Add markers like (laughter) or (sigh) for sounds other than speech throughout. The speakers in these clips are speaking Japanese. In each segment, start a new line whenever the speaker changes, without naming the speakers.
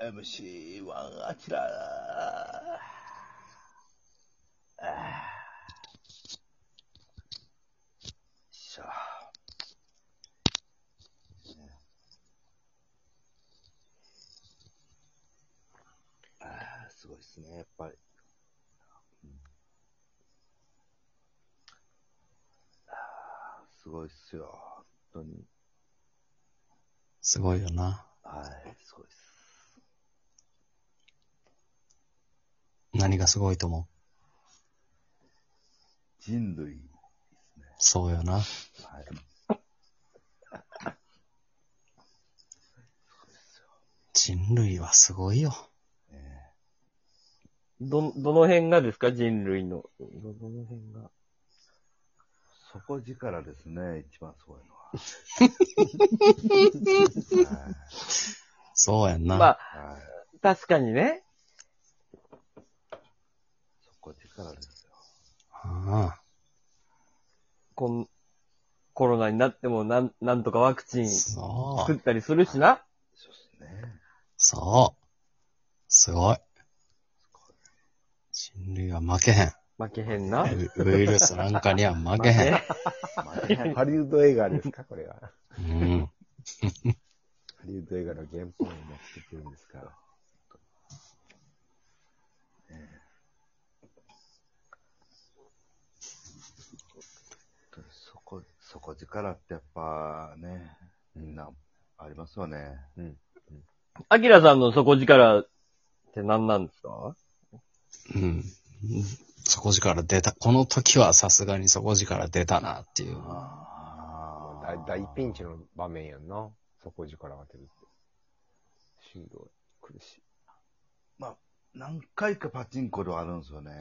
4MC1 アキラあーよいしょあーすごいですね、やっぱり。あーすごいっすよ、本当に。
すごいよな。
はい、すごいっす。
何がすごいと思う
人類ですね。
そうよな。
はい。そうです
人類はすごいよ。
よね。
ど、どの辺がですか人類の。ど、どの辺が。
底力ですね、一番すごいのは。はい
そうやんな。
まあ、
はい。
確かにね。
底力ですよ。
あ
こん、コロナになってもなん、なんとかワクチン
あそ
作
う。
ったりするしな。
そうですね。
そう。すごい。
すごい
人類は負けへん。
負けへんな。
ウウイルスなんかには負けへん。
ハリウッド映画ですかこれは。
うん。
ハリウッド映画の原本を持ってくるんですから。
本当に底、底力ってやっぱね、みんなありますよね。
アキラさんの底力って何なんですか
うん。底力出た。この時はさすがに底力出たな
(laughs)
っていう。
あ
大大ピンチの場面やんな。底力が出るって。しんどい。苦しい。
何回かパチンコではあるんですよね。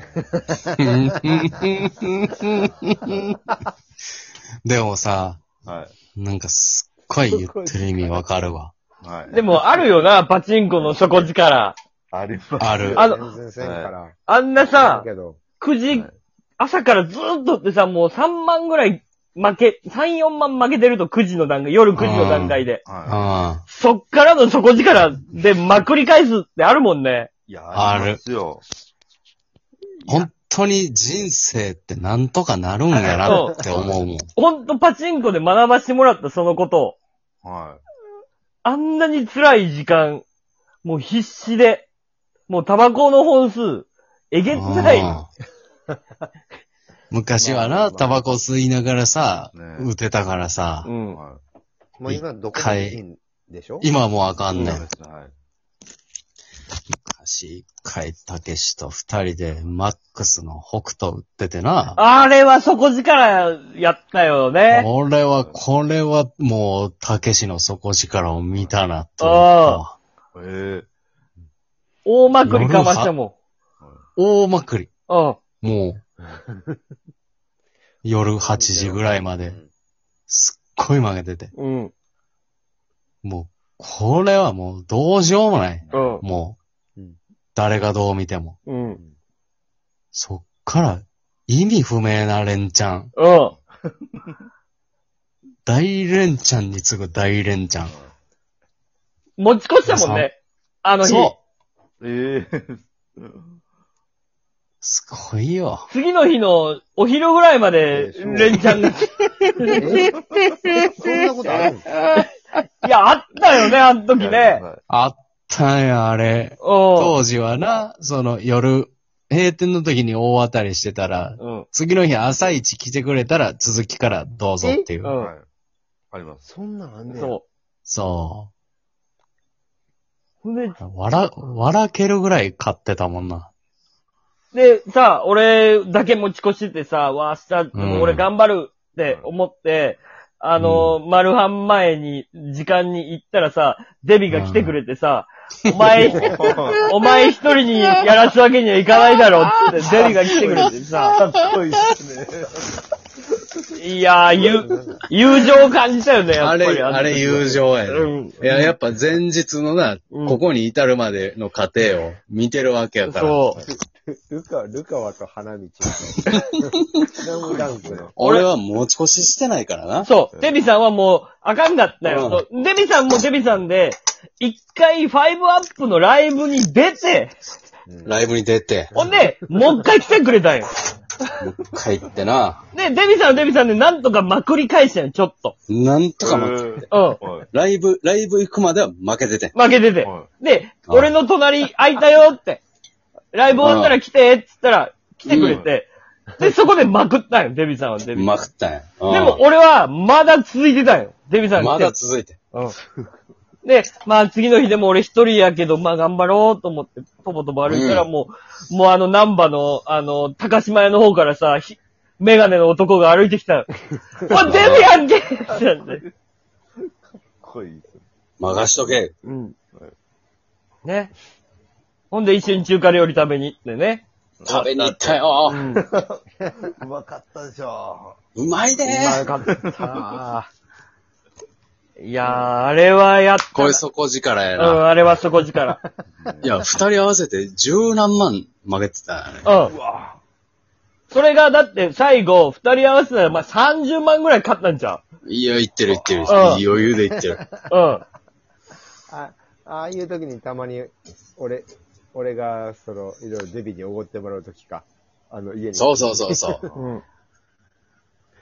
でもさ、
(laughs) は
なんかすっごい言ってる意味わかるわ。
い。はい。
で、もあるよな、パチンコの底力。
あります。
ある
あの
全然せんから。
あんな
だ
さ、
けど、
9時
はい、
朝からずーっとってさ、もう3万ぐらい負け、3、4万負けてると9時の段階、夜9時の段階で。
は
あ
そっからの底力でまくり返すってあるもんね。
い。いや、ありますよ。
あ。本当に人生ってなんとかなるんやなって思うもん。
ほんとパチンコで学ばしてもらったそのことを。
は
あんなに辛い時間、もう必死で、もうタバコの本数、えげつない。
うん昔はな、タバコ吸いながらさ、
ね
打てたからさ
う、
い。
ん。
は
もう今どこでもいいんでしょ
今はもうあか
い。
んね
そうんで。すねはい。
昔、一回、たけしと二人で、マックスの北斗打っててな。
あれは底力やったよね。
俺は、これはもう、たけしの底力を見たなと思ったわ。
ええ
大まくりかましたも
大まくり。
ん。うん。
もう、
(laughs)
夜8時ぐらいまで、すっごい曲げてて。
うん。
もう、これはもう、どうしようもない。
うん。
もう
うん、
誰がどう見ても。
うん。
そっから、意味不明な連チャン。
うん。
大連チャンに次ぐ大連チャン。
持ち越したもんね。あの日。
そう
ええ
すごいよ。
次の日のお昼ぐらいまで
でしょ、う
レンちゃんが。い
えそんな
(laughs)
ことあるんですか
や、あったよね、あの時
(laughs)
ね。
はい
あったんや、あれ。
うん。
当時はな、その夜、閉店の時に大当たりしてたら、
うん。
次の日朝一来てくれたら続きからどうぞっていうう。
ん。
はい。あります。
そんなんあん (laughs) ねん。
そ。
そう
ほんで
う。笑、笑けるぐらい買ってたもんな。
で、さ、俺だけ持ち越しててさ、わあ、明日、
うん
俺頑張るって思って、あの、マルハン前に、時間に行ったらさ、デビが来てくれてさ、お前、
(laughs)
お前一人にやらすわけにはいかないだろって、デビが来てくれて
(laughs)
さ、
うですね。
いやー、友、友情を感じたよね、やっぱり。
友情や
うん。
いや、やっぱ前日のな、
うん
ここに至るまでの過程を見てるわけやから。
そう。
ルカ、ルカワと花道。スラムダンクの。
俺は持ち越ししてないからな。
そう。デビさんはもう、あかんだったよ。そうデビさんもデビさんで、一回ファイブアップのライブに出て、
うん
ライブに出て、
ほんで、もう一回来てくれたんよ。
もう一回行ってな、
で、デビさんはデビさんでなんとかまくり返したんよ、ちょっと。
なんとか負け、
う
うん。
ん。はい。
ライブ、ライブ行くまでは負けててん。
負けてて。
は
で、
あ
俺の隣空いたよって。ライブ終わったら来て、っつったら来てくれて。で、そこでまくったんよ、デビさんはデビ。で
まくったんや。うん
も、俺はまだ続いてたんよ、デビさんが
ま
来て
だ続いて。
うん。で、まあ次の日でも俺一人やけど、まあ頑張ろうと思って、とぼとぼ歩いたら
うん
もう、もうあの南波の、あの、高島屋の方からさ、ひメガネの男が歩いて
(laughs)
きたの。わ、デビやんけってなって
こいいですね。
任しとけ。
うん。ね。ほんで一緒に中華料理食べに行ってね。
食べに行ったよ。
うまかったでしょ。
うまいで
うま
ー。
かった。
いやー、あれはやったな。
これ底力や
う
な。
ん、あれは底力。
(laughs) いや、二人合わせて十何万負けてたね。
うん
う。わ
それがだって最後、二人合わせたらまあ30万ぐらい勝ったんちゃ
いや、行ってる行ってる。
ん
余裕で行ってる。
ううん。
あ、ああいう時にたまに、俺、俺が、その、いろいろデビにおごってもらう時か。あの、家に。
そうそうそうそう。
うん。 (laughs)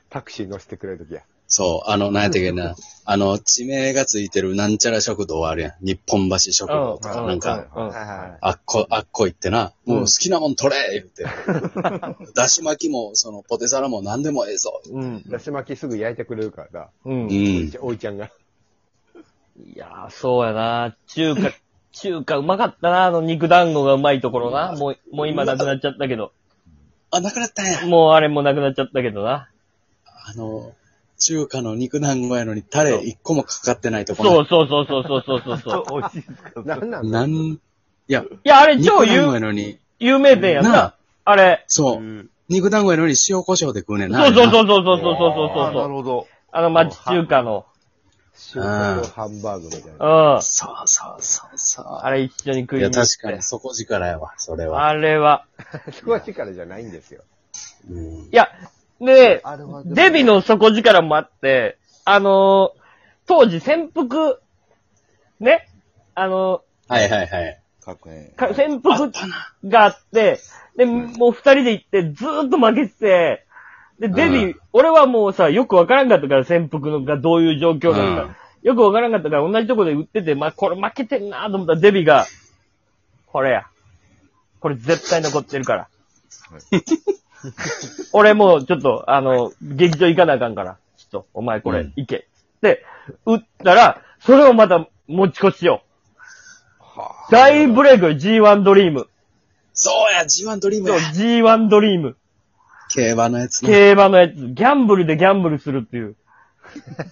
タクシー乗せてくれる時や。
そう、あの、なんやったっけな。あの、地名がついてるなんちゃら食堂あるやん。日本橋食堂とか、
うん
なんか、
うん
はいは
あっこ、あっこ行ってな、もう好きなもん取れ言って。
(laughs)
だし巻きも、その、ポテサラも何でもええぞ。
うん。
だし巻きすぐ焼いてくれるからな。
う。
うん
い
ん。
おいちゃんが。 (laughs)
やー、そうやな。中華、中華うまかったな。あの肉団子がうまいところな。もう、もう今なくなっちゃったけど。
あ、なくなったんや。
もうあれもなくなっちゃったけどな。
あの、中華の肉団子やのにタレ一個もかかってないとこ
そ
ろ。
うそうそうそうそうそうそう
い。
(laughs)
そう。
美味しいですか
なんなん
なん、いや、
いや、あれ超
肉団子
有
やのに、
有名店やん
な
な
あ。
あれ。
そうう。
ん
肉団子やのに塩胡椒で食うねんな。
そうそう
あれな
そうそうそうそうそう
あな
そう
る
そう。
ほど。
あの町中華の。
中華のハンバーグみたいな。
うん。
そうそうそうそう。
あれ一緒に食い
い
に行
や、
って。
確かに、底力やわ、それは。
あれは。
そこは力じゃないんですよ。
うん
いや、で、
あれはでも
デビの底力もあって、あのー当時潜伏、ね、あの
はいはいはい。
確変
ー。か潜伏があって、で、もう二人で行って、ずーっと負けてて、で、デビ、
うん
俺はもうさ、よくわからんかったから、潜伏のがどういう状況なのか、よくわからんかったから、同じとこで売ってて、まあ、これ負けてんなーと思ったら、デビが、これや。これ絶対残ってるから。俺もうちょっと、あの、劇場行かなあかんから、ちょっと、お前こ
う
れ
ん、
行け。で、打ったら、それをまた持ち越しよう。大ブレイクよ G1 ドリーム。
そうや、G1 ドリーム
そう
や。
G1 ドリーム。
競馬のやつね。
競馬のやつ。ギャンブルでギャンブルするっていう。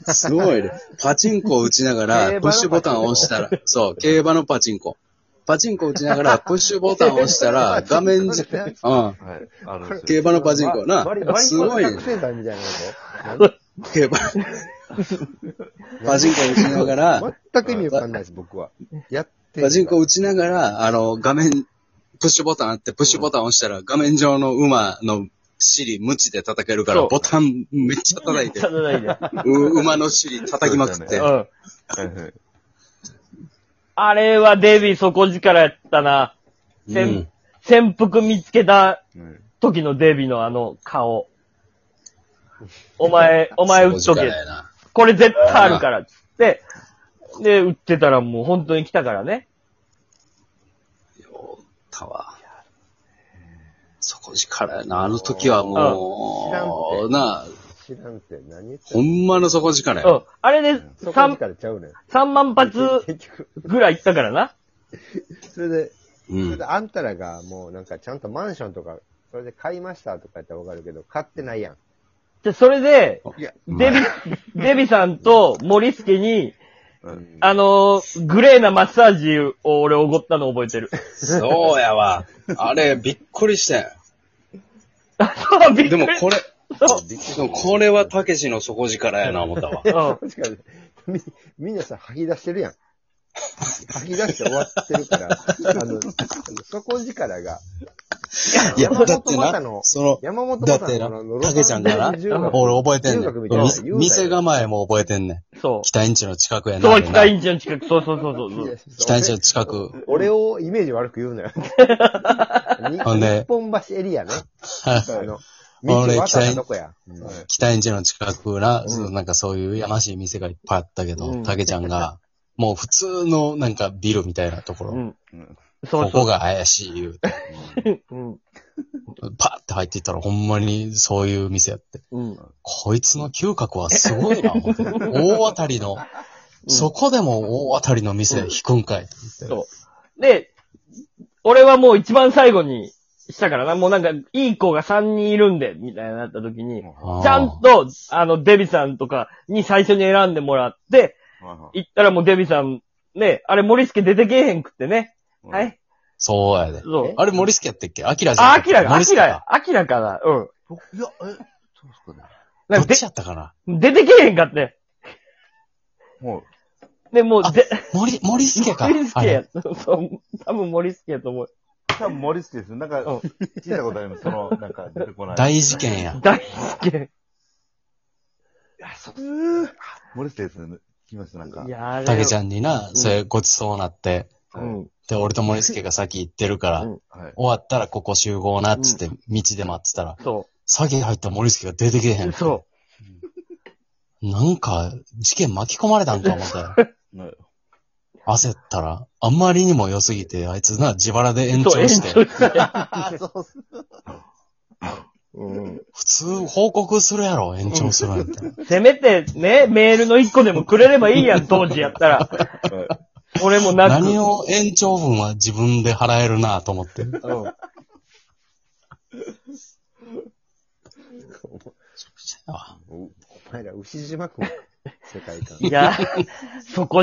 すごいね。パチンコを打ちながら、
競馬の
プッシュボタンを押したら、そう、競馬のパチンコ。パチンコ打ちながら、プッシュボタンを押したら、画面じうん。
はい。あるんです
競
よ。
馬のパチンコ。な
マリマ、リ
す
コ
ごいね。
学生団みたいなこ
競馬。パチンコ打ちながら、
と全く意味わかんないです、僕は。やってる
パチンコ打ちながら、あの、画面、プッシュボタンあって、プッシュボタン押したら、画面上の馬の尻、無知で叩けるから、
そう
ボタンめっちゃ叩い
(laughs)
て、
叩いて。
う馬の尻叩きまくっ
そ
て
う。ん。
はいはい
あれはデビ底力やったな。
う
潜、
ん
潜伏見つけた
うん
時のデビのあの顔。お
(laughs)
前、お前打っと
底
け。
力やな
これ絶対あるから、つって、で、売ってたらもう本当に来たからね。
たわ。底力やな。あの時はもう、なあ、
知らんって、何言って
ほ
んの
んまの底力
う
や。
ん。あれで
そこに
3、
からちゃうねん。
三万発
(laughs) 結局、
ぐらい行ったからな。
それで、
う
それ
ん
で。あんたらがもうなんかちゃんとマンションとか、それで買いましたとか言ったらわかるけど、買ってないやん。
で、それで、
いや、
デビ、 (laughs) デビさんと森助に、
うん。
あのーグレーなマッサージを俺おごったの覚えてる。 (laughs)
そうやわ。あれ、びっくりしたよ
そう、びっ
で
く
も
り。
これ、
そう
でもこれはたけしの底力やな、思ったわ。
うん
(laughs) 確かに。み、みんなさ、吐き出してるやん。吐き出して終わってるから、あの、あの底力が、
いや、
山
だっ
本
て
また
な
の、、
その、
山本ま
だってな
たの、のろ
たけちゃんがな俺覚えてんね
中学
ん。
みたいな
店
言うたよ
店構えも覚えてんねん。
そ
北インチの近くや
う。
な。
そ
あ
う、
れな
北インチの近く。そうそうそうそうそう。
北インチ
俺
の近く。
俺をイメージ悪く言
(laughs)
うなよ。に
ほんで
日本橋エリアね。あの、道
俺
渡ったとこや。
北インチの近くな、そうなんかそういうやましい店がいっぱいあったけ
う
ど、
ん
たけちゃんが、 (laughs) もう普通のなんかビルみたいなとこ
う
ろ、
ん。
うん
そう
ここ
そ
が怪しい言うて、
う。うん。
パッて入っていったらほんまにそういう店やって。
うん。
こいつの嗅覚はすごいな、思
(laughs)
って大当たりの、そこでも大当たりの店引くんかい。
そう。で、俺はもう一番最後にしたからな、もうなんか、いい子が3人いるんで、みたいになった時に、
あー
ちゃんと、あの、デビさんとかに最初に選んでもらって、行ったらもうデビさん、ね、あれ森助出てけえへんくってね。は。い。
そうやで。
そう。
あれ、森助やったっけアキラじゃ
あ、
ん。
アキラが、ア
森
キ
助
ラや。アキラかな。うん。
いや、え、そうですかね。
ど
なん
っ
かで
ちやったかな
出てけえへんかって。
もう、
で、もう
あ、
で、
森、森助か。
森
あ
助や
れ。。
そう。多分森助やと思う。
多分森助です。なんか、
うん
聞いたことあります。その、なんか、出てこない。
大事件や。
大助。
森助です。聞きました、なんか。
いや、あれ。
たけち
ゃ
ゃんにな、それごちそうなって、
うん。
で、俺と森助が先行ってるから、
うん
はい。
終わったらここ集合な、っつって、道で待ってたら、
そ
先入った森助が出てけへん
う。。そう。
なんか、事件巻き込まれたんか思って、
ね
焦ったら、あんまりにも良すぎて、あいつな、自腹で延長
そう
して、
延長して。
うん。
普通報告するやろ、延長するなんて。
(laughs) せめてね、メールの一個でもくれればいいやん、当時やったら。俺もなく。
何を延長分は自分で払えるなと思って。
うん
あ
おお前ら、牛島くん。世界観。
(laughs)
(laughs)
いや、そこ